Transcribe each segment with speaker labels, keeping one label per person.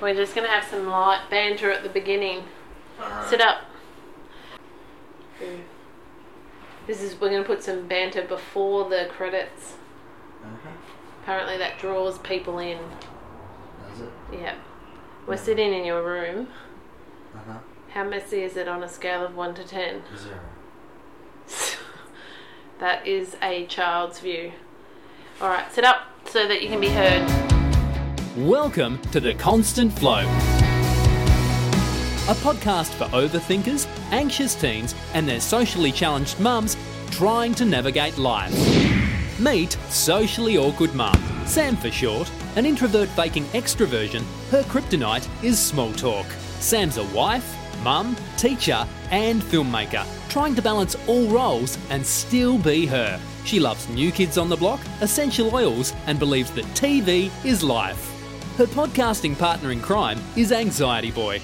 Speaker 1: We're just gonna have some light banter at the beginning.
Speaker 2: All right.
Speaker 1: Sit up. This is we're gonna put some banter before the credits.
Speaker 2: Okay.
Speaker 1: Apparently that draws people in.
Speaker 2: That's it.
Speaker 1: Yeah. We're sitting in your room.
Speaker 2: Uh huh.
Speaker 1: How messy is it on a scale of one to ten?
Speaker 2: Zero.
Speaker 1: that is a child's view. Alright, sit up so that you can be heard.
Speaker 3: Welcome to The Constant Flow, a podcast for overthinkers, anxious teens, and their socially challenged mums trying to navigate life. Meet socially awkward mum, Sam for short, an introvert faking extroversion. Her kryptonite is small talk. Sam's a wife, mum, teacher, and filmmaker, trying to balance all roles and still be her. She loves new kids on the block, essential oils, and believes that TV is life. Her podcasting partner in crime is Anxiety Boy,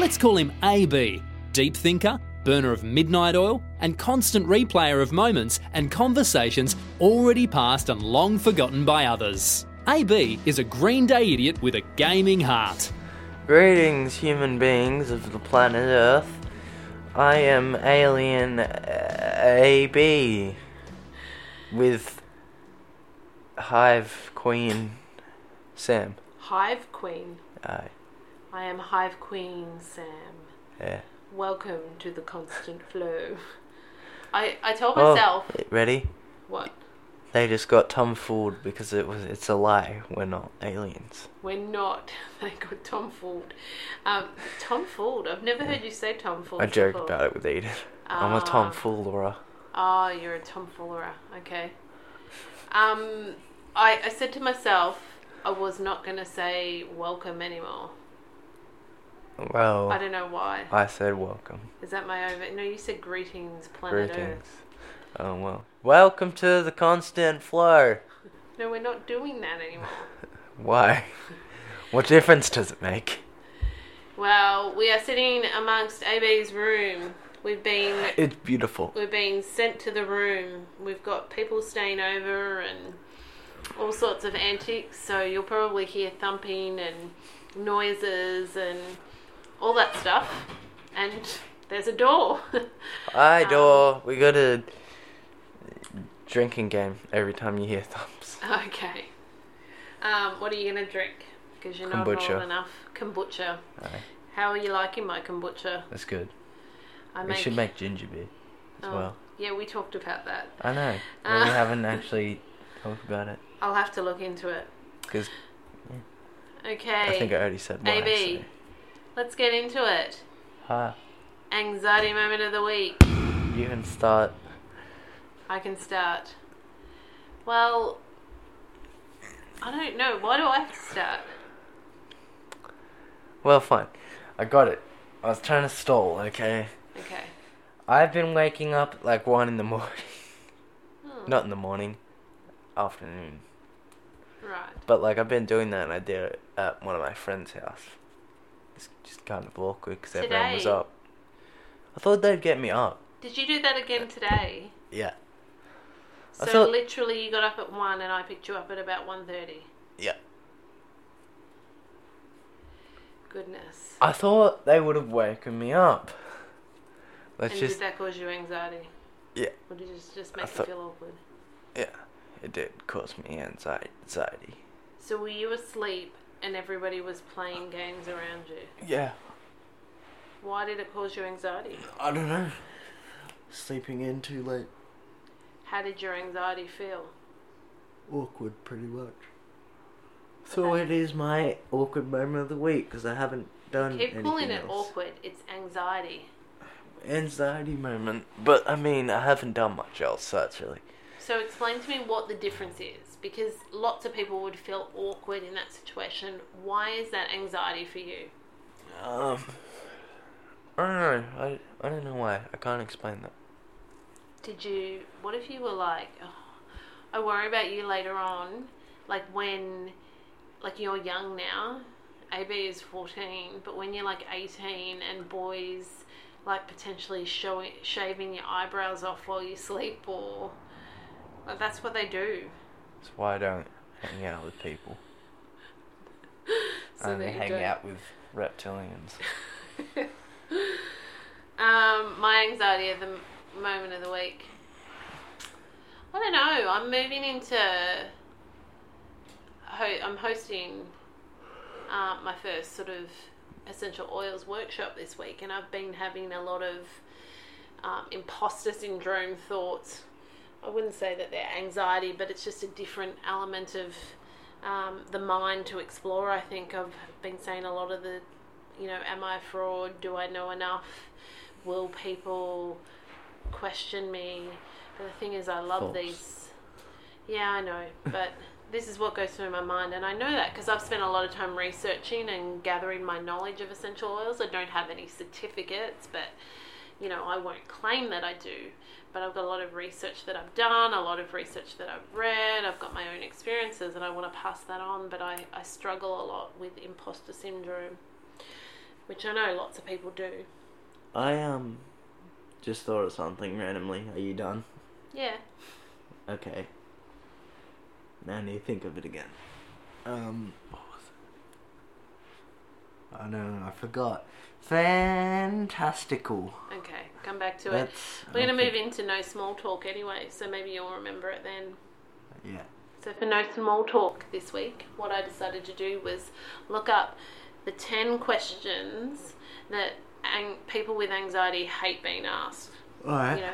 Speaker 3: Let's call him AB. Deep thinker, burner of midnight oil, and constant replayer of moments and conversations already past and long forgotten by others. AB is a green day idiot with a gaming heart.
Speaker 4: Greetings, human beings of the planet Earth. I am Alien uh, AB with Hive Queen Sam.
Speaker 1: Hive Queen.
Speaker 4: Aye,
Speaker 1: I am Hive Queen Sam.
Speaker 4: yeah.
Speaker 1: Welcome to the constant flow. I, I told
Speaker 4: Oh,
Speaker 1: myself
Speaker 4: ready?
Speaker 1: what
Speaker 4: They just got tomfooled because it was it's a lie. We're not aliens.
Speaker 1: we're not. They got Tom Ford. Um, Tom Ford. I've never heard you say Tom Ford.
Speaker 4: I joke about it with Edith.
Speaker 1: Ah.
Speaker 4: I'm a tomfool, Laura.
Speaker 1: Oh, you're a tomfoolerer. Okay. Um, I I said to myself I was not gonna say welcome anymore.
Speaker 4: Well,
Speaker 1: I
Speaker 4: I,
Speaker 1: don't know why.
Speaker 4: said welcome.
Speaker 1: Is that my over? No, you said greetings, planet
Speaker 4: Greetings.
Speaker 1: Earth.
Speaker 4: Oh well. Welcome to the constant flow.
Speaker 1: No, we're not doing that anymore.
Speaker 4: Why? What difference does it make?
Speaker 1: Well, we are sitting amongst AB's room. We've been
Speaker 4: It's beautiful.
Speaker 1: we're being sent to the room. We've got people staying over and all sorts of antics. So you'll probably hear thumping and noises and all that stuff. And there's a door.
Speaker 4: I door. We got a drinking game every time you hear thumps.
Speaker 1: okay. Um, what are you gonna drink? Because you're not
Speaker 4: Kombucha.
Speaker 1: old enough. Kombucha. How are you liking my kombucha?
Speaker 4: That's good.
Speaker 1: I
Speaker 4: We should make ginger beer as
Speaker 1: oh,
Speaker 4: well.
Speaker 1: Yeah, we talked about that.
Speaker 4: I know. and we haven't actually talked about it
Speaker 1: I'll have to look into it.
Speaker 4: because
Speaker 1: Okay.
Speaker 4: I think I already said why.
Speaker 1: AB, let's get into it.
Speaker 4: So. Hi.
Speaker 1: Anxiety moment of the week.
Speaker 4: You can start.
Speaker 1: I can start. Well, I don't know. Why do I have to start?
Speaker 4: Well, fine. I got it. I was trying to stall. Okay.
Speaker 1: Okay.
Speaker 4: I've been waking up at like one in the morning.
Speaker 1: Hmm,
Speaker 4: Not in the morning. Afternoon.
Speaker 1: Right.
Speaker 4: But like I've been doing that, and I did it at one of my friend's house. It's just kind of awkward because everyone was
Speaker 1: Today?
Speaker 4: up. I thought they'd get me up.
Speaker 1: Did you do that again today?
Speaker 4: Yeah, I
Speaker 1: So
Speaker 4: thought-
Speaker 1: literally, you got up at one, and I picked you up at about one thirty.
Speaker 4: yeah.
Speaker 1: Goodness.
Speaker 4: I thought they would have woken me up. Let's
Speaker 1: and
Speaker 4: just
Speaker 1: did that cause you anxiety?
Speaker 4: yeah,
Speaker 1: Or did it just, just make
Speaker 4: thought-
Speaker 1: you feel awkward?
Speaker 4: yeah. It did cause me anxi- anxiety.
Speaker 1: So were you asleep, and everybody was playing games around you?
Speaker 4: Yeah,
Speaker 1: Why did it cause you anxiety?
Speaker 4: I don't know. Sleeping in too late,
Speaker 1: How did your anxiety feel?
Speaker 4: awkward, pretty much. So it is my awkward moment of the week because I haven't done.
Speaker 1: Keep calling
Speaker 4: anything
Speaker 1: it
Speaker 4: else.
Speaker 1: awkward. It's anxiety.
Speaker 4: anxiety moment. But I mean, I haven't done much else, so it's really.
Speaker 1: So explain to me what the difference is, because lots of people would feel awkward in that situation. Why is that anxiety for you?
Speaker 4: Um, I don't know. I, I don't know why. I can't explain that.
Speaker 1: Did you? What if you were like, oh, I worry about you later on, like when, like you're young now. AB is fourteen, but when you're like eighteen and boys, like potentially showing shaving your eyebrows off while you sleep, or like that's what they do.
Speaker 4: That's why I don't hang out with people.
Speaker 1: So
Speaker 4: only
Speaker 1: that you
Speaker 4: hang
Speaker 1: don't-
Speaker 4: out with reptilians.
Speaker 1: Um, my anxiety of the m- moment of the week. I don't know. I'm moving into. Ho- I'm hosting uh, my first sort of essential oils workshop this week, and I've been having a lot of um, imposter syndrome thoughts. I wouldn't say that they're anxiety, but it's just a different element of um, the mind to explore. I think I've been saying a lot of the, you know, am I a fraud? Do I know enough? Will people question me? But the thing is, I love
Speaker 4: False.
Speaker 1: these. Yeah, I know, but this is what goes through my mind, and I know that because I've spent a lot of time researching and gathering my knowledge of essential oils. I don't have any certificates, but you know, I won't claim that I do, but I've got a lot of research that I've done, a lot of research that I've read, I've got my own experiences, and I want to pass that on, but I, I struggle a lot with imposter syndrome, which I know lots of people do.
Speaker 5: I um just thought of something randomly. Are you done?
Speaker 1: Yeah.
Speaker 5: Okay. Now I need to think of it again.
Speaker 2: Um, what was it? I don't know. I forgot. Fantastical.
Speaker 1: Okay, come back to it.
Speaker 2: That's.
Speaker 1: We're going
Speaker 2: I
Speaker 1: to move
Speaker 2: think-
Speaker 1: into no small talk anyway, so maybe you'll remember it then.
Speaker 2: Yeah.
Speaker 1: So for no small talk this week, what I decided to do was look up the 10 questions that ang- people with anxiety hate being asked.
Speaker 2: All right.
Speaker 1: You know,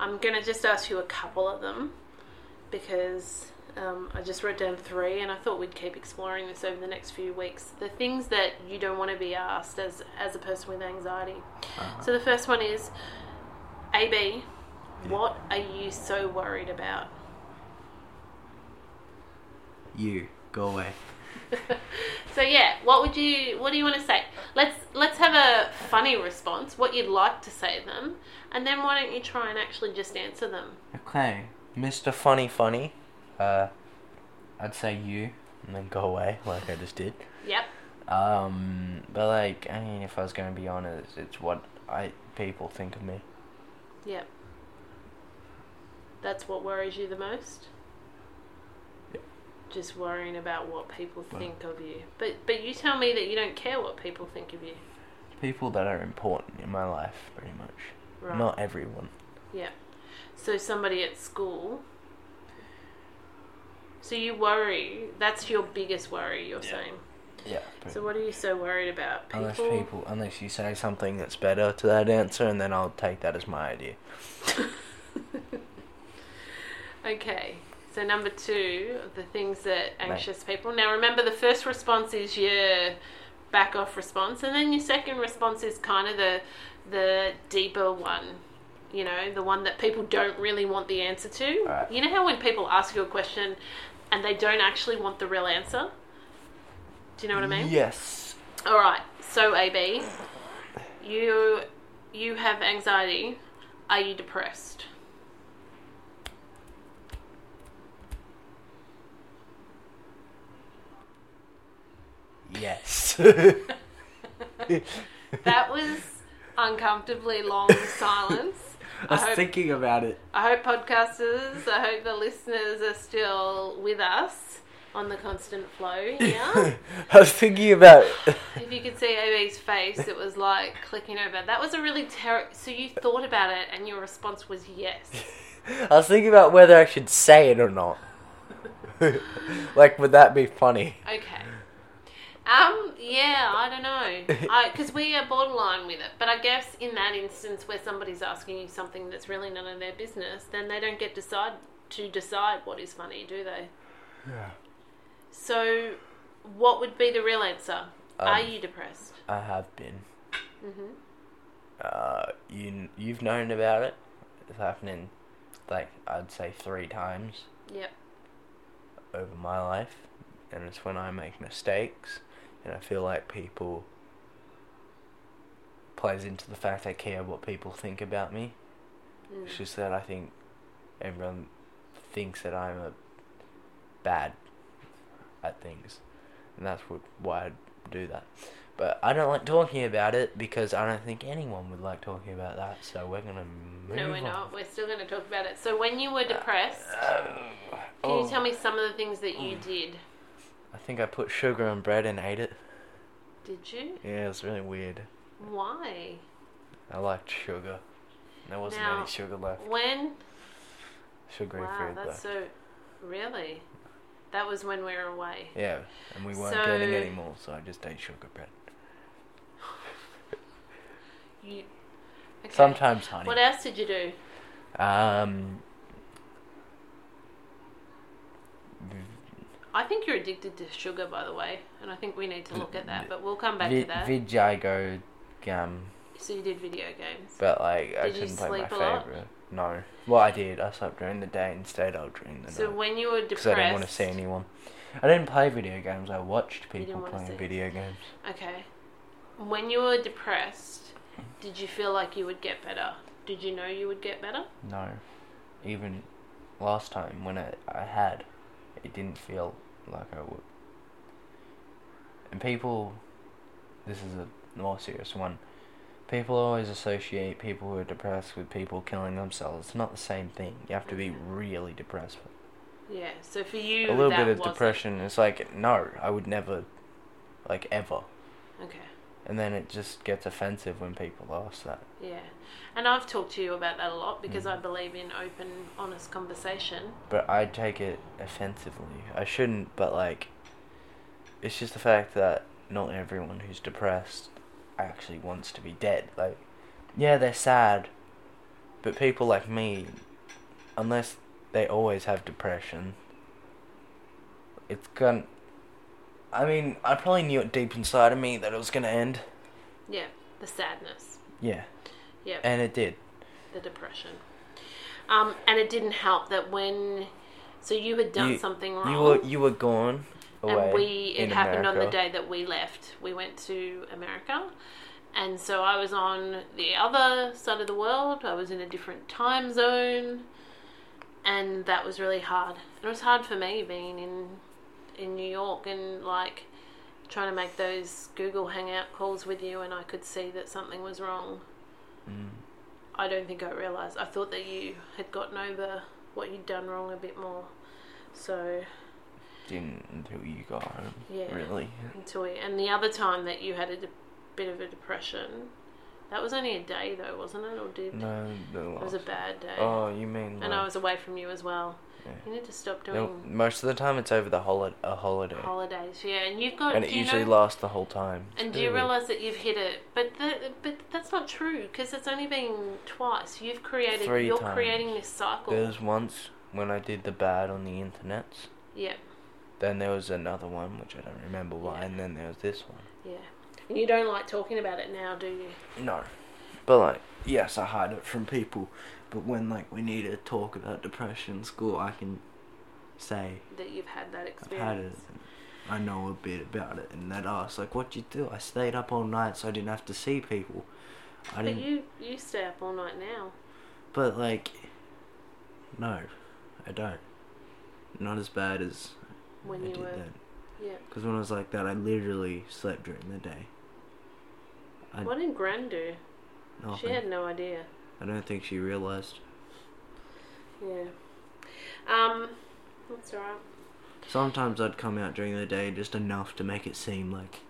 Speaker 1: I'm going to just ask you a couple of them because um, I just wrote down three and I thought we'd keep exploring this over the next few weeks. The things that you don't want to be asked as, as a person with anxiety. So the first one is AB, what are you so worried about?
Speaker 2: You go away.
Speaker 1: So yeah, what would you what do you want to say? Let's let's have a funny response, what you'd like to say to them, and then why don't you try and actually just answer them?
Speaker 4: Okay, Mr. Funny Funny. Uh, I'd say you, and then go away like I just did.
Speaker 1: Yep.
Speaker 4: Um, but like, I mean, if I was gonna be honest, it's what I people think of me.
Speaker 1: Yep. That's what worries you the most?
Speaker 4: Yep.
Speaker 1: Just worrying about what people think of you. But but you tell me that you don't care what people think of you.
Speaker 4: People that are important in my life, pretty much.
Speaker 1: Right.
Speaker 4: Not everyone.
Speaker 1: Yep. So somebody at school so you worry. That's your biggest worry, you're saying.
Speaker 4: Yeah.
Speaker 1: So what are you so worried about?
Speaker 4: Unless people, unless you say something that's better to that answer, and then I'll take that as my idea.
Speaker 1: Okay. So number two of the things that anxious people. Now remember, the first response is your back off response, and then your second response is kind of the the deeper one. You know, the one that people don't really want the answer to.
Speaker 4: Alright.
Speaker 1: You know how when people ask you a question and they don't actually want the real answer. Do you know what I mean?
Speaker 4: Yes.
Speaker 1: All right. So AB, you you have anxiety. Are you depressed?
Speaker 4: Yes.
Speaker 1: That was uncomfortably long silence.
Speaker 2: I was
Speaker 1: hope-
Speaker 2: thinking about it.
Speaker 1: I hope podcasters, I hope the listeners are still with us on the constant flow here.
Speaker 4: I was thinking about.
Speaker 1: if you could see AB's face, it was like clicking over. That was a really terrible. So you thought about it and your response was yes.
Speaker 4: I was thinking about whether I should say it or not. like, would that be funny?
Speaker 1: Okay. Um, yeah, I don't know. Because we are borderline with it. But I guess in that instance where somebody's asking you something that's really none of their business, then they don't get decide to decide what is funny, do they? Yeah. So, what would be the real answer?
Speaker 4: Um,
Speaker 1: are you depressed?
Speaker 4: I have been. Uh, you you've known about it. It's happening, like I'd say three times
Speaker 1: Yep.
Speaker 4: over my life, and it's when I make mistakes, and I feel like people plays into the fact I care what people think about me.
Speaker 1: Mm.
Speaker 4: It's just that I think everyone thinks that I'm a bad at things, and that's what why I do that. But I don't like talking about it because I don't think anyone would like talking about that. So we're gonna move
Speaker 1: No, we're
Speaker 4: on.
Speaker 1: not. We're still going to talk about it. So, when you
Speaker 4: Uh,
Speaker 1: were depressed,
Speaker 4: Oh. Hmm.
Speaker 1: can you tell me some of the things that you did?
Speaker 4: I think I put sugar on bread and ate it.
Speaker 1: Did you?
Speaker 4: Yeah, it's really weird.
Speaker 1: Why?
Speaker 4: I liked sugar. And there wasn't
Speaker 1: Now,
Speaker 4: any sugar left.
Speaker 1: When?
Speaker 4: Sugary
Speaker 1: wow,
Speaker 4: food
Speaker 1: that's
Speaker 4: left.
Speaker 1: so. Really? That was when we were away.
Speaker 4: yeah, and we weren't getting
Speaker 1: So-
Speaker 4: any more, so I just ate sugar bread.
Speaker 1: You, okay.
Speaker 4: Sometimes honey.
Speaker 1: What e- else did you do?
Speaker 4: Um,
Speaker 1: I think you're addicted to sugar, by the way, and I think we need to look at that, but we'll come back
Speaker 4: vi-
Speaker 1: to that.
Speaker 4: Vijago gum,
Speaker 1: so you did video games.
Speaker 4: but like I
Speaker 1: Did you
Speaker 4: couldn't play my
Speaker 1: sleep a lot?
Speaker 4: favorite. No, well I did. I slept during the day and stayed out during the
Speaker 1: So
Speaker 4: night
Speaker 1: when you were
Speaker 4: because
Speaker 1: depressed,
Speaker 4: I didn't want to see anyone. I didn't play video games. I watched
Speaker 1: didn't
Speaker 4: people
Speaker 1: wanna
Speaker 4: playing
Speaker 1: see-
Speaker 4: video games.
Speaker 1: Okay. When you were depressed, did you feel like you would get better? Did you know you would get better?
Speaker 4: No, even last time when I, I had, it didn't feel like I would. And people, this is a more serious one. People always associate people who are depressed with people killing themselves. It's not the same thing. You have to be really depressed.
Speaker 1: Yeah. So for you,
Speaker 4: a little
Speaker 1: that
Speaker 4: bit of
Speaker 1: wasn't-
Speaker 4: depression. It's like no, I would never, like ever.
Speaker 1: Okay.
Speaker 4: And then it just gets offensive when people ask that.
Speaker 1: Yeah. And I've talked to you about that a lot because
Speaker 4: Mm.
Speaker 1: I believe in open, honest conversation.
Speaker 4: but I take it offensively. I shouldn't, but like, it's just the fact that not everyone who's depressed actually wants to be dead. Like, yeah, they're sad, but people like me, unless they always have depression, it's gonna. I mean, I probably knew it deep inside of me that it was gonna end.
Speaker 1: Yeah. The sadness.
Speaker 4: Yeah,
Speaker 1: Yeah.
Speaker 4: and it did.
Speaker 1: the depression. Um, and it didn't help that when, so you had done
Speaker 4: You-
Speaker 1: something wrong,
Speaker 4: You were you were gone away.
Speaker 1: and we it
Speaker 4: in
Speaker 1: happened on the
Speaker 4: America.
Speaker 1: day that we left. We went to America, and so I was on the other side of the world. I was in a different time zone, and that was really hard. It was hard for me being in in New York and like trying to make those Google Hangout calls with you, and I could see that something was wrong.
Speaker 4: Mm.
Speaker 1: I don't think I realised. I thought that you had gotten over what you'd done wrong a bit more. So,
Speaker 4: didn't until you got home.
Speaker 1: Yeah.
Speaker 4: Really.
Speaker 1: until we, and the other time that you had a de- bit of a depression, that was only a day though, wasn't it? Or did
Speaker 4: No, the
Speaker 1: it
Speaker 4: last.
Speaker 1: was a bad day,
Speaker 4: Oh, you mean?
Speaker 1: and
Speaker 4: like-
Speaker 1: I was away from you as well.
Speaker 4: Yeah.
Speaker 1: You need to stop
Speaker 4: No,
Speaker 1: doing
Speaker 4: most of the time it's over the holiday, a holiday,
Speaker 1: holidays, yeah. And you've got
Speaker 4: and it
Speaker 1: oh, do you
Speaker 4: usually
Speaker 1: know,
Speaker 4: lasts the whole time. It's
Speaker 1: and do you
Speaker 4: really weird.
Speaker 1: realise that you've hit it? But the, but that's not true because it's only been twice. You've created.
Speaker 4: Three
Speaker 1: you're
Speaker 4: times.
Speaker 1: creating this cycle.
Speaker 4: There was once when I did the bad on the internet.
Speaker 1: Yeah,
Speaker 4: Then there was another one which I don't remember why,
Speaker 1: Yeah.
Speaker 4: and then there was this one.
Speaker 1: yeah. And you don't like talking about it now, do you?
Speaker 4: No, but like
Speaker 2: Yes, I hide it from people, but when like we need to talk about depression in school, I can say
Speaker 1: that you've had that
Speaker 2: I've had it.
Speaker 1: experience.
Speaker 2: and I know a bit about it, and that asks like, "What you do?" I stayed up all night, so I didn't have to see people. I
Speaker 1: But
Speaker 2: didn't,
Speaker 1: you you stay up all night now.
Speaker 2: but like, no, I don't. Not as bad as
Speaker 1: When
Speaker 2: I
Speaker 1: you
Speaker 2: did
Speaker 1: were-
Speaker 2: then.
Speaker 1: Yeah.
Speaker 2: Because when I was like that, I literally slept during the day. I-
Speaker 1: What did Gran do? She
Speaker 2: Nothing.
Speaker 1: had no idea.
Speaker 2: I don't think she realized.
Speaker 1: Yeah. Um, that's alright.
Speaker 2: Sometimes I'd come out during the day just enough to make it seem like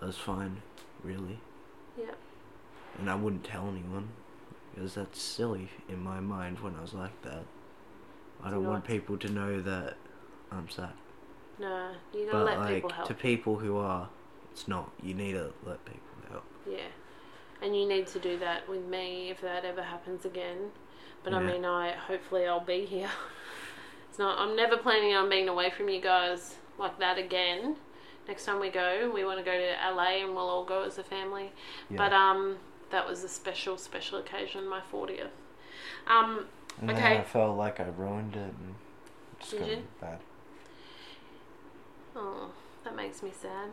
Speaker 2: I was fine, really.
Speaker 1: Yeah.
Speaker 2: And I wouldn't tell anyone because that's silly in my mind when I was like that. I
Speaker 1: It's
Speaker 2: don't
Speaker 1: not.
Speaker 2: want people to know that I'm sad.
Speaker 1: No, you gotta
Speaker 2: But
Speaker 1: let
Speaker 2: like
Speaker 1: people help.
Speaker 2: to people who are, it's not. You need to let people help.
Speaker 1: yeah. And you need to do that with me if that ever happens again. But I
Speaker 2: Yeah.
Speaker 1: mean, I hopefully I'll be here. it's not. I'm never planning on being away from you guys like that again. Next time we go, we want to go to LA and we'll all go as a family. But um, that was a special, special occasion, my 40th. Um,
Speaker 4: and then
Speaker 1: okay.
Speaker 4: I felt like I ruined it. And just
Speaker 1: Did
Speaker 4: got
Speaker 1: you?
Speaker 4: Bad.
Speaker 1: oh, that makes me sad.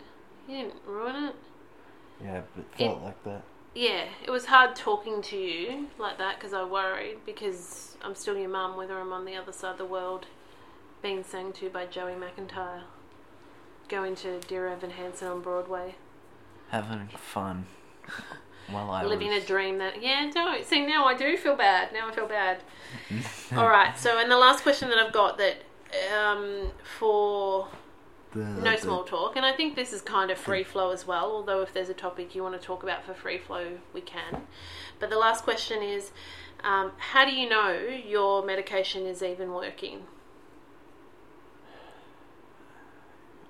Speaker 1: You didn't ruin it.
Speaker 4: Yeah, but it felt like that.
Speaker 1: Yeah, it was hard talking to you like that because I worried because I'm still your mum, whether I'm on the other side of the world, being sang to by Joey McIntyre, going to Dear Evan Hansen on Broadway,
Speaker 4: Having fun. While I
Speaker 1: living
Speaker 4: was
Speaker 1: a dream that yeah, no, see now I do feel bad. Now I feel bad. All right, so and the last question that I've got that um, for no small talk. And I think this is kind of free flow as well, although if there's a topic you want to talk about for free flow, we can. But the last question is um, how do you know your medication is even working?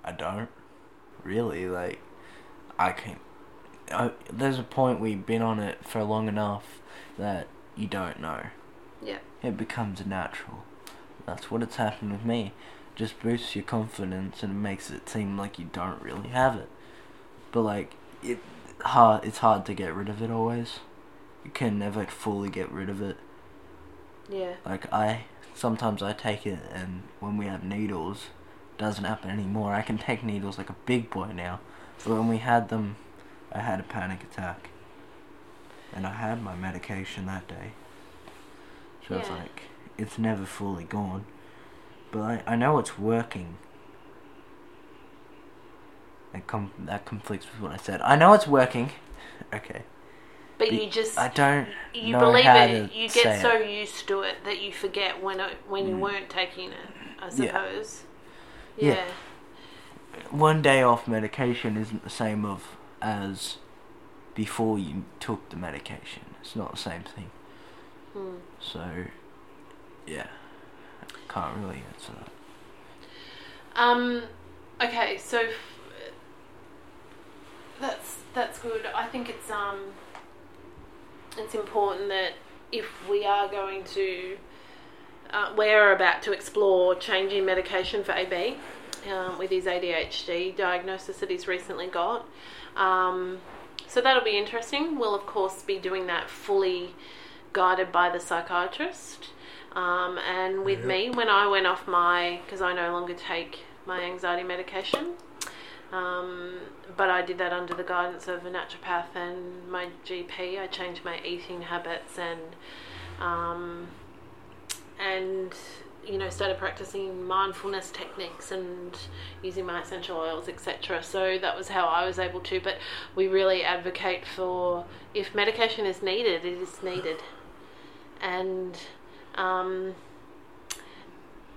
Speaker 2: I don't really like. I can. I, there's a point where you've been on it for long enough that you don't know.
Speaker 1: Yeah.
Speaker 2: It becomes natural. That's what it's happened with me. Just boosts your confidence and makes it seem like you don't really have it. But like it hard it's hard to get rid of it always. You can never fully get rid of it.
Speaker 1: Yeah.
Speaker 2: Like I sometimes I take it and when we have needles doesn't happen anymore. I can take needles like a big boy now. But when we had them I had a panic attack. And I had my medication that day. So it's
Speaker 1: Yeah.
Speaker 2: like it's never fully gone. But I, I know it's working. That com- that conflicts with what I said. I know it's working. Okay.
Speaker 1: But
Speaker 2: Be-
Speaker 1: you just.
Speaker 2: I don't
Speaker 1: you
Speaker 2: know
Speaker 1: believe
Speaker 2: how
Speaker 1: it.
Speaker 2: to
Speaker 1: You
Speaker 2: say
Speaker 1: get
Speaker 2: it. Mm.
Speaker 1: so used to it that you forget when it, when you weren't taking it. I
Speaker 2: Yeah.
Speaker 1: suppose.
Speaker 2: Yeah.
Speaker 1: yeah.
Speaker 2: one day off medication isn't the same of as before you took the medication. It's not the same thing.
Speaker 1: Hmm.
Speaker 2: So yeah. Can't really answer that.
Speaker 1: Um, okay, so f- that's that's good. I think it's um, it's important that if we are going to, uh, we're about to explore changing medication for AB um, with his ADHD diagnosis that he's recently got. Um, so that'll be interesting. We'll of course be doing that fully guided by the psychiatrist. Um, and with me, when I went off my, because I no longer take my anxiety medication, um, but I did that under the guidance of a naturopath and my GP. I changed my eating habits and, um, and you know, started practicing mindfulness techniques and using my essential oils, etc. So that was how I was able to. But we really advocate for if medication is needed, it is needed, and um,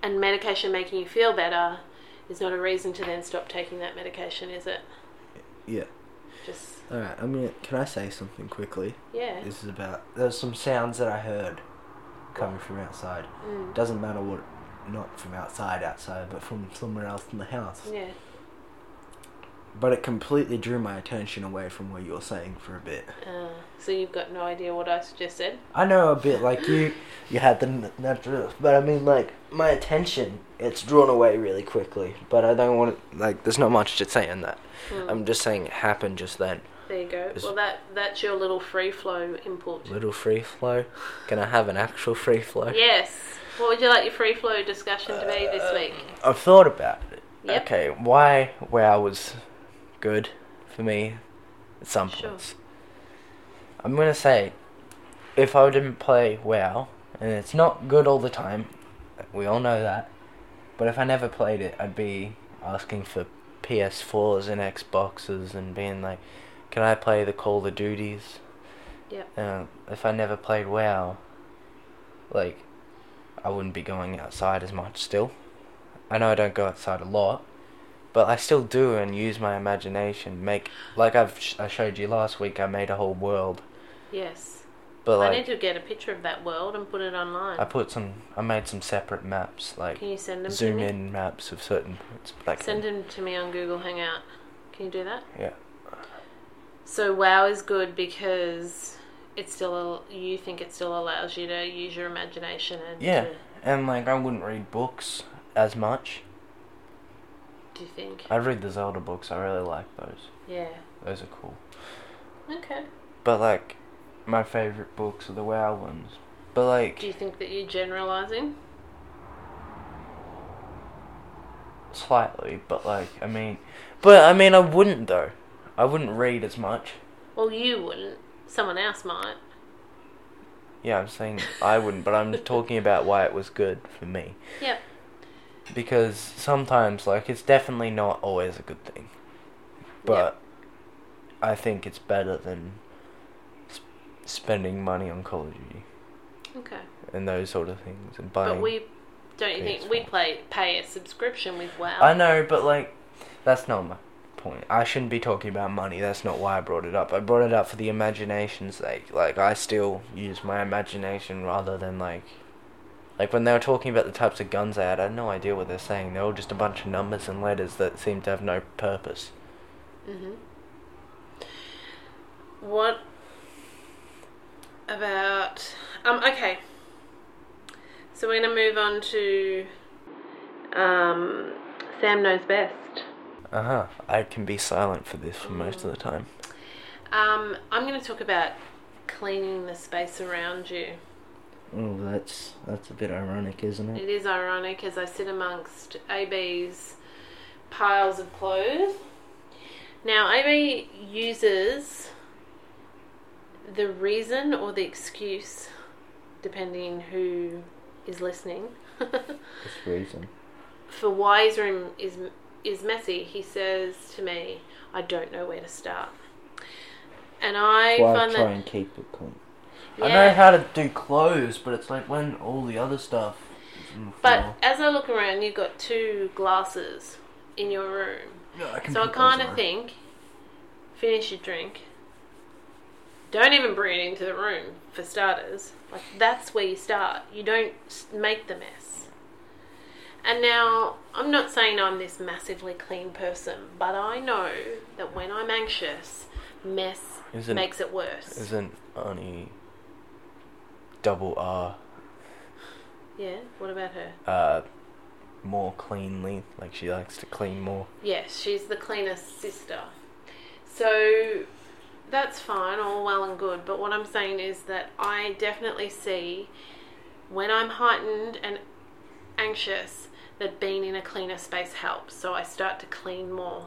Speaker 1: and medication making you feel better is not a reason to then stop taking that medication, is it?
Speaker 2: Yeah.
Speaker 1: Just
Speaker 2: Alright, I mean can I say something quickly?
Speaker 1: yeah,
Speaker 2: This is about there's some sounds that I heard coming from outside.
Speaker 1: mm,
Speaker 2: Doesn't matter what not from outside outside, but from somewhere else in the house.
Speaker 1: yeah,
Speaker 2: But it completely drew my attention away from what you were saying for a bit.
Speaker 1: uh, so you've got no idea what I just said.
Speaker 2: I know a bit like you. You had the n- natural, but I mean, like my attention, it's drawn away really quickly. But I don't want it. Like, there's not much to say in that.
Speaker 1: Mm,
Speaker 2: I'm just saying it happened just then.
Speaker 1: there you go.
Speaker 2: it's-
Speaker 1: Well, that that's your little free flow input.
Speaker 4: Little free flow. Can I have an actual free flow?
Speaker 1: Yes. What would you like your free flow discussion to be
Speaker 4: Uh,
Speaker 1: this week?
Speaker 4: I've thought about it.
Speaker 1: Yep.
Speaker 4: Okay, why WoW was good for me at some
Speaker 1: Sure.
Speaker 4: points. I'm gonna say, if I didn't play WoW, and it's not good all the time, we all know that, but if I never played it, I'd be asking for PS4s and Xboxes and being like, can I play the Call of Duties?
Speaker 1: Yep.
Speaker 4: Uh, if I never played WoW, like, I wouldn't be going outside as much still. I know I don't go outside a lot, but I still do and use my imagination. Make like I've sh- I showed you last week. I made a whole world,
Speaker 1: Yes.
Speaker 4: but
Speaker 1: I need
Speaker 4: like
Speaker 1: to get a picture of that world and put it online.
Speaker 4: I put some. I made some separate maps, like
Speaker 1: Can you send them
Speaker 4: zoom
Speaker 1: to me?
Speaker 4: in maps of certain points. Like
Speaker 1: Send them to me on Google Hangout. Can you do that?
Speaker 4: yeah,
Speaker 1: So WoW is good because it still you think it still allows you to use your imagination and
Speaker 4: yeah,
Speaker 1: to
Speaker 4: and like I wouldn't read books as much.
Speaker 1: do think.
Speaker 4: I read the Zelda books. I really like those.
Speaker 1: Yeah.
Speaker 4: Those are cool.
Speaker 1: Okay.
Speaker 4: But like, my favorite books are the WoW ones. But
Speaker 1: Do
Speaker 4: like
Speaker 1: you think that you're generalizing?
Speaker 4: slightly. But like I mean, but I mean I wouldn't though. I wouldn't read as much.
Speaker 1: Well, you wouldn't. Someone else might.
Speaker 4: Yeah, I'm saying I wouldn't, but I'm talking about why it was good for me.
Speaker 1: Yep.
Speaker 4: Because sometimes, like, it's definitely not always a good thing. But I think it's better than sp- spending money on Call of Duty
Speaker 1: Okay.
Speaker 4: and those sort of things and buying.
Speaker 1: But we don't you think we
Speaker 4: PS4.
Speaker 1: play pay a subscription with WoW?
Speaker 4: I know, but like, That's not my point. I shouldn't be talking about money. That's not why I brought it up. I brought it up for the imagination's sake. Like I still use my imagination rather than like like when they were talking about the types of guns they had, I had no idea what they're saying. They're all just a bunch of numbers and letters that seem to have no purpose.
Speaker 1: hmm What about um okay. So we're gonna move on to um Sam knows best.
Speaker 4: Uh huh. I can be silent for this for most of the time.
Speaker 1: Um I'm gonna talk about cleaning the space around you.
Speaker 2: Oh, that's that's a bit ironic, isn't it?
Speaker 1: It is ironic as I sit amongst AB's piles of clothes. Now, AB uses the reason or the excuse, depending who is listening,
Speaker 2: This reason.
Speaker 1: for why his room is, is messy. He says to me, I don't know where to start. And I
Speaker 2: Why
Speaker 1: find
Speaker 2: try
Speaker 1: that.
Speaker 2: and keep it clean?
Speaker 1: Yeah.
Speaker 2: I know how to do clothes, but it's like when all the other stuff. Is on the
Speaker 1: But
Speaker 2: floor.
Speaker 1: as I look around, you've got two glasses in your room.
Speaker 2: Yeah, can
Speaker 1: So I
Speaker 2: put those
Speaker 1: kind of
Speaker 2: on.
Speaker 1: think, finish your drink. Don't even bring it into the room for starters. Like that's where you start. You don't s- make the mess. And now I'm not saying I'm this massively clean person, but I know that when I'm anxious, mess
Speaker 4: Isn't-
Speaker 1: makes it worse.
Speaker 4: Isn't Arnie double R
Speaker 1: yeah. What about her?
Speaker 4: uh more cleanly? Like she likes to clean more.
Speaker 1: Yes, she's the cleanest sister. So that's fine, all well and good. But what I'm saying is that I definitely see when I'm heightened and anxious that being in a cleaner space helps. So I start to clean more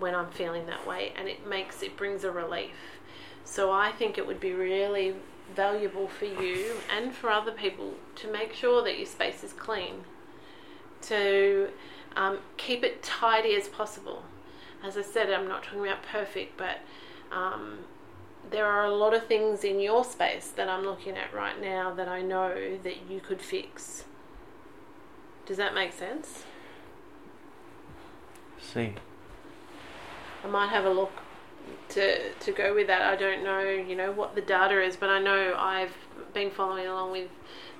Speaker 1: when I'm feeling that way and it makes it brings a relief. So I think it would be really valuable for you and for other people to make sure that your space is clean. To um, keep it tidy as possible. As I said, I'm not talking about perfect, but um, there are a lot of things in your space that I'm looking at right now that I know that you could fix. Does that make sense?
Speaker 4: See.
Speaker 1: I might have a look to to go with that. I don't know, you know, what the data is, but I know I've been following along with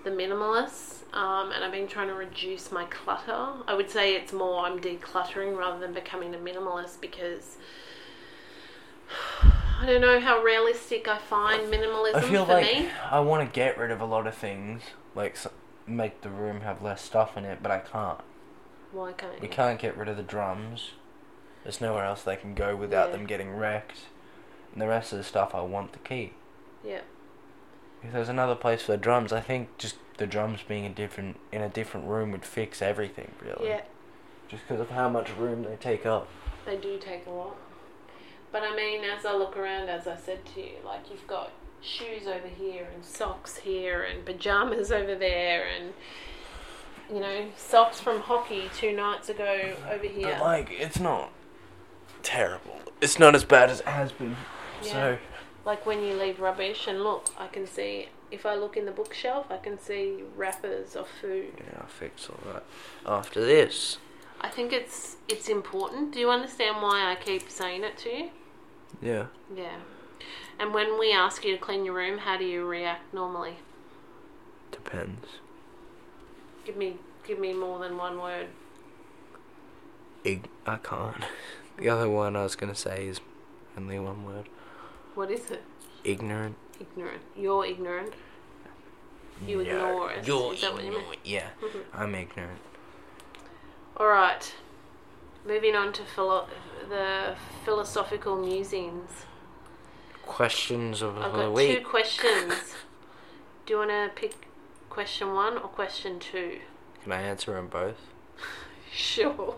Speaker 1: the minimalists, um, and I've been trying to reduce my clutter. I would say it's more I'm decluttering rather than becoming a minimalist because. I don't know how realistic I find minimalism
Speaker 4: I feel
Speaker 1: for
Speaker 4: like
Speaker 1: me.
Speaker 4: I want to get rid of a lot of things, like s make the room have less stuff in it, but I can't.
Speaker 1: Why can't
Speaker 4: We
Speaker 1: you?
Speaker 4: can't get rid of the drums. There's nowhere else they can go without
Speaker 1: Yeah.
Speaker 4: them getting wrecked. And the rest of the stuff I want to keep.
Speaker 1: Yeah.
Speaker 4: If there's another place for the drums, I think just the drums being a different in a different room would fix everything, really.
Speaker 1: Yeah.
Speaker 4: Just because of how much room they take up.
Speaker 1: They do take a lot. But I mean, as I look around, as I said to you, like you've got shoes over here and socks here and pajamas over there and you know socks from hockey two nights ago over here.
Speaker 4: But like, it's not terrible. It's not as bad as it has been.
Speaker 1: Yeah.
Speaker 4: So
Speaker 1: Like when you leave rubbish and look, I can see if I look in the bookshelf, I can see wrappers of food.
Speaker 4: yeah, I'll fix all that after this.
Speaker 1: I think it's it's important. Do you understand why I keep saying it to you?
Speaker 4: Yeah.
Speaker 1: Yeah. And when we ask you to clean your room, how do you react normally?
Speaker 4: Depends.
Speaker 1: Give me give me more than one word.
Speaker 4: Ig- I can't. The other one I was gonna say is only one word.
Speaker 1: What is it?
Speaker 4: Ignorant.
Speaker 1: Ignorant. You're ignorant. You
Speaker 4: No,
Speaker 1: ignore us.
Speaker 4: You're
Speaker 1: Is that what you Mm-hmm. meant?
Speaker 4: ignorant. Yeah. I'm ignorant.
Speaker 1: All right. Moving on to philo- the philosophical musings.
Speaker 4: Questions of
Speaker 1: I've
Speaker 4: the
Speaker 1: got
Speaker 4: week.
Speaker 1: two questions. Do you want to pick question one or question two?
Speaker 4: Can I answer them both?
Speaker 1: Sure.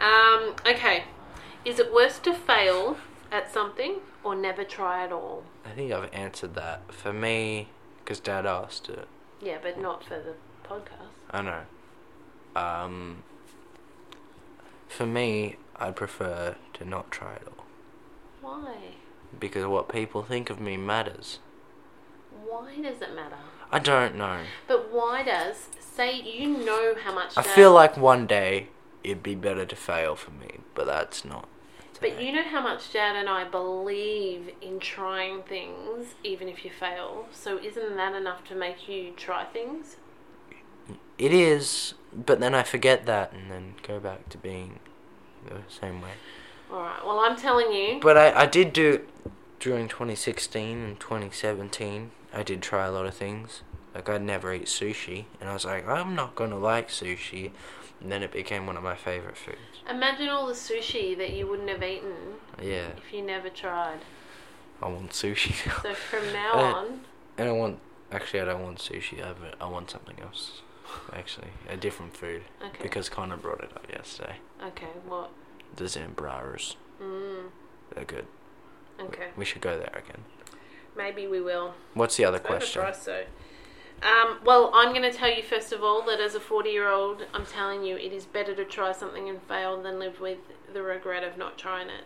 Speaker 1: Um, okay. Is it worse to fail at something or never try at all?
Speaker 4: I think I've answered that. For me, because Dad asked it.
Speaker 1: Yeah, but not for the podcast.
Speaker 4: I know. Um, for me, I'd prefer to not try at all.
Speaker 1: Why?
Speaker 4: Because what people think of me matters.
Speaker 1: Why does it matter?
Speaker 4: I don't know.
Speaker 1: But why does say you know how much
Speaker 4: I
Speaker 1: Dad-
Speaker 4: feel like one day it'd be better to fail for me, but that's not.
Speaker 1: But you know how much Dad and I believe in trying things, even if you fail. So isn't that enough to make you try things?
Speaker 4: It is, but then I forget that and then go back to being the same way.
Speaker 1: All right. Well, I'm telling you.
Speaker 4: But I, I did do during 2016 and 2017. I did try a lot of things. Like I'd never eat sushi, and I was like, I'm not gonna like sushi. And then it became one of my favorite foods.
Speaker 1: Imagine all the sushi that you wouldn't have eaten
Speaker 4: Yeah,
Speaker 1: if you never tried.
Speaker 4: I want sushi. now.
Speaker 1: So from now
Speaker 4: Uh,
Speaker 1: on,
Speaker 4: and I want actually I don't want sushi. I have a- I want something else. Actually, a different food
Speaker 1: okay.
Speaker 4: because Connor brought it up yesterday.
Speaker 1: okay, what?
Speaker 4: The Zambreros.
Speaker 1: Mm,
Speaker 4: They're good.
Speaker 1: okay,
Speaker 4: We should go there again.
Speaker 1: maybe we will.
Speaker 4: What's the other question?
Speaker 1: Overpriced, though. Um, well, I'm going to tell you first of all that as a 40 year old, I'm telling you it is better to try something and fail than live with the regret of not trying it.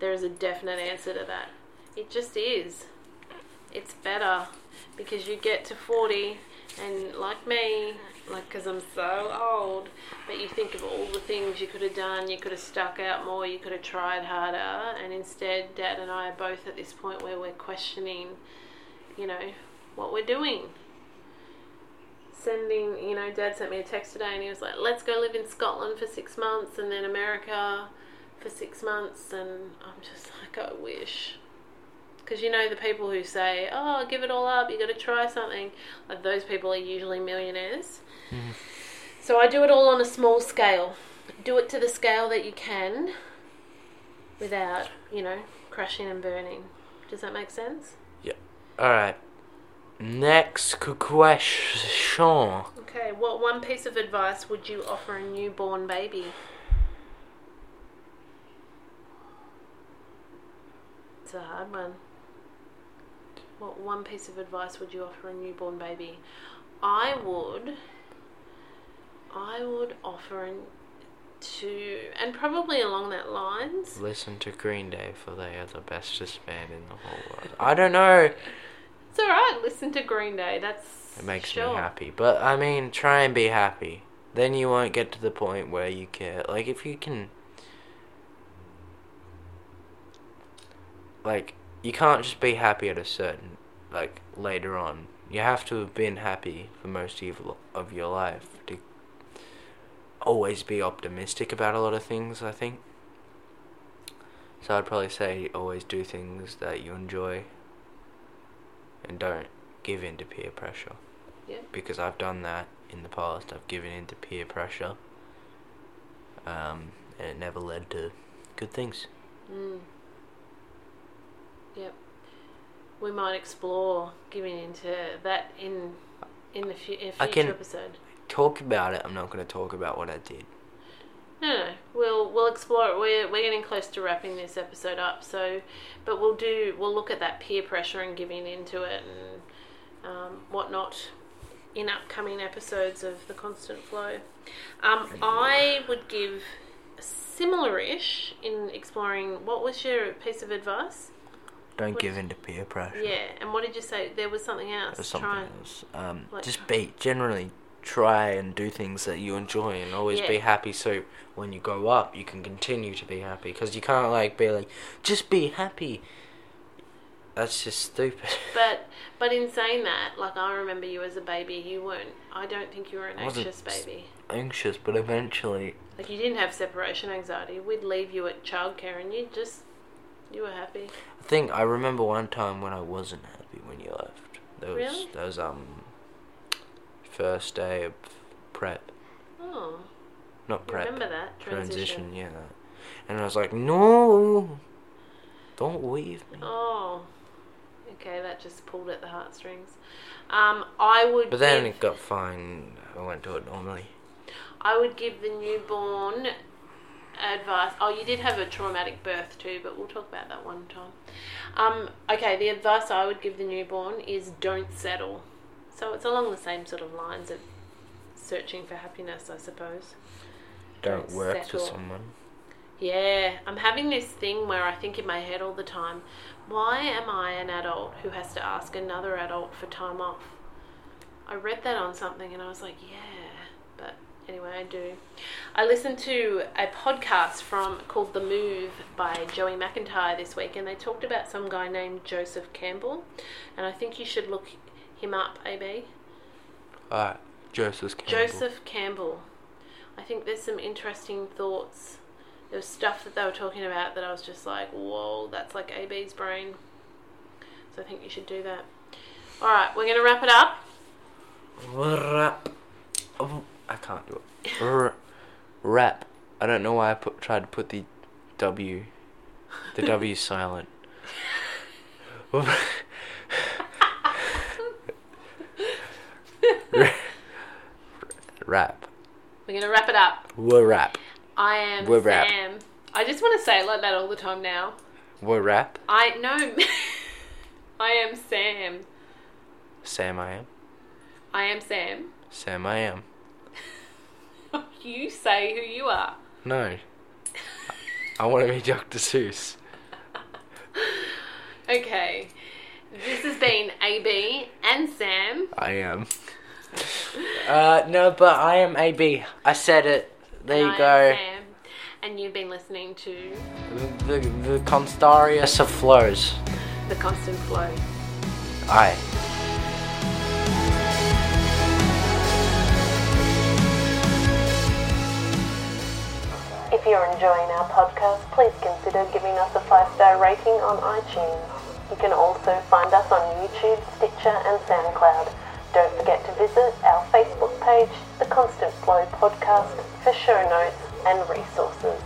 Speaker 1: There is a definite answer to that. It just is. It's better because you get to 40 and like me, like because I'm so old, but you think of all the things you could have done, you could have stuck out more, you could have tried harder, and instead, Dad and I are both at this point where we're questioning you know, what we're doing. Sending, you know, Dad sent me a text today and he was like, let's go live in Scotland for six months and then America for six months. And I'm just like, I wish. Because, you know, the people who say, oh, give it all up, you got to try something, like those people are usually millionaires. So I do it all on a small scale. Do it to the scale that you can without, you know, crashing and burning. Does that make sense?
Speaker 4: All right. Next q- question.
Speaker 1: Okay, what one piece of advice would you offer a newborn baby? It's a hard one. What one piece of advice would you offer a newborn baby? I would. I would offer an, to, and probably along that lines.
Speaker 4: Listen to Green Day, for they are the bestest band in the whole world. I don't know.
Speaker 1: It's all right. Listen to Green Day. That's
Speaker 4: It makes
Speaker 1: sure.
Speaker 4: me happy, but I mean, try and be happy. Then you won't get to the point where you care. Like if you can, like you can't just be happy at a certain, like later on. You have to have been happy for most of your- of your life to always be optimistic about a lot of things. I think. So I'd probably say always do things that you enjoy. And don't give in to peer pressure.
Speaker 1: Yeah.
Speaker 4: Because I've done that in the past. I've given in to peer pressure. Um, and it never led to good things.
Speaker 1: Mm. Yep. We might explore giving into that in in the fu- in a future
Speaker 4: I can-
Speaker 1: episode.
Speaker 4: Talk about it. I'm not going to talk about what I did.
Speaker 1: No, no, we'll we'll explore it. We're we're getting close to wrapping this episode up, so but we'll do we'll look at that peer pressure and giving into it and um, whatnot in upcoming episodes of the Constant Flow. Um, I would give similar-ish in exploring. What was your piece of advice?
Speaker 4: Don't
Speaker 1: What
Speaker 4: give
Speaker 1: is-
Speaker 4: in to peer pressure.
Speaker 1: Yeah, and what did you say? There was something else.
Speaker 4: Or something
Speaker 1: Try.
Speaker 4: else. Um,
Speaker 1: Like-
Speaker 4: just be generally try and do things that you enjoy and always
Speaker 1: Yeah.
Speaker 4: be happy so when you grow up you can continue to be happy because you can't like be like just be happy that's just stupid
Speaker 1: But but in saying that, like I remember you as a baby, you weren't. I don't think you were an
Speaker 4: I wasn't
Speaker 1: anxious
Speaker 4: s-
Speaker 1: baby.
Speaker 4: anxious but eventually
Speaker 1: Like you didn't have separation anxiety. We'd leave you at childcare, and you just you were happy.
Speaker 4: I think I remember one time when I wasn't happy when you left. That was
Speaker 1: Really?
Speaker 4: that was um first day of prep.
Speaker 1: Oh,
Speaker 4: Not
Speaker 1: you
Speaker 4: prep.
Speaker 1: remember that transition?
Speaker 4: transition, yeah. And I was like, No Don't leave me.
Speaker 1: Oh, okay, that just pulled at the heartstrings. Um, I would.
Speaker 4: But then
Speaker 1: give-
Speaker 4: it got fine. I went to it normally.
Speaker 1: I would give the newborn advice. Oh, you did have a traumatic birth too, but we'll talk about that one time. Um, okay, the advice I would give the newborn is don't settle. So it's along the same sort of lines of searching for happiness, I suppose.
Speaker 4: Don't
Speaker 1: Don't
Speaker 4: work
Speaker 1: settle.
Speaker 4: for someone.
Speaker 1: Yeah, I'm having this thing where I think in my head all the time, why am I an adult who has to ask another adult for time off? I read that on something and I was like, yeah, but Anyway, I do. I listened to a podcast from called The Move by Joey McIntyre this week, and they talked about some guy named Joseph Campbell, and I think you should look him up, AB.
Speaker 4: Alright, Joseph Campbell.
Speaker 1: Joseph Campbell. I think there's some interesting thoughts. There was stuff that they were talking about that I was just like, whoa, that's like AB's brain. So I think you should do that. All right, we're going to wrap it up.
Speaker 4: Rap. Oh, I can't do it. R- rap. I don't know why I put tried to put the W. The W silent. rap.
Speaker 1: We're going to wrap it up.
Speaker 4: We're rap.
Speaker 1: I am
Speaker 4: We're wrap.
Speaker 1: Sam. I just want to say it like that all the time now.
Speaker 4: We're rap.
Speaker 1: I no. I am Sam.
Speaker 4: Sam I am.
Speaker 1: I am Sam.
Speaker 4: Sam I am.
Speaker 1: You say who you are.
Speaker 4: No. I want to be Dr. Seuss.
Speaker 1: Okay. This has been AB and Sam.
Speaker 4: I am. Uh, no, but I am AB. I said it. There you
Speaker 1: I
Speaker 4: go.
Speaker 1: Am Sam. And you've been listening to
Speaker 4: The, the Constarius of Flows.
Speaker 1: The Constant Flow.
Speaker 4: Aye.
Speaker 6: If you're enjoying our podcast, please consider giving us a five-star rating on iTunes. You can also find us on YouTube, Stitcher and SoundCloud. Don't forget to visit our Facebook page, The Constant Flow Podcast, for show notes and resources.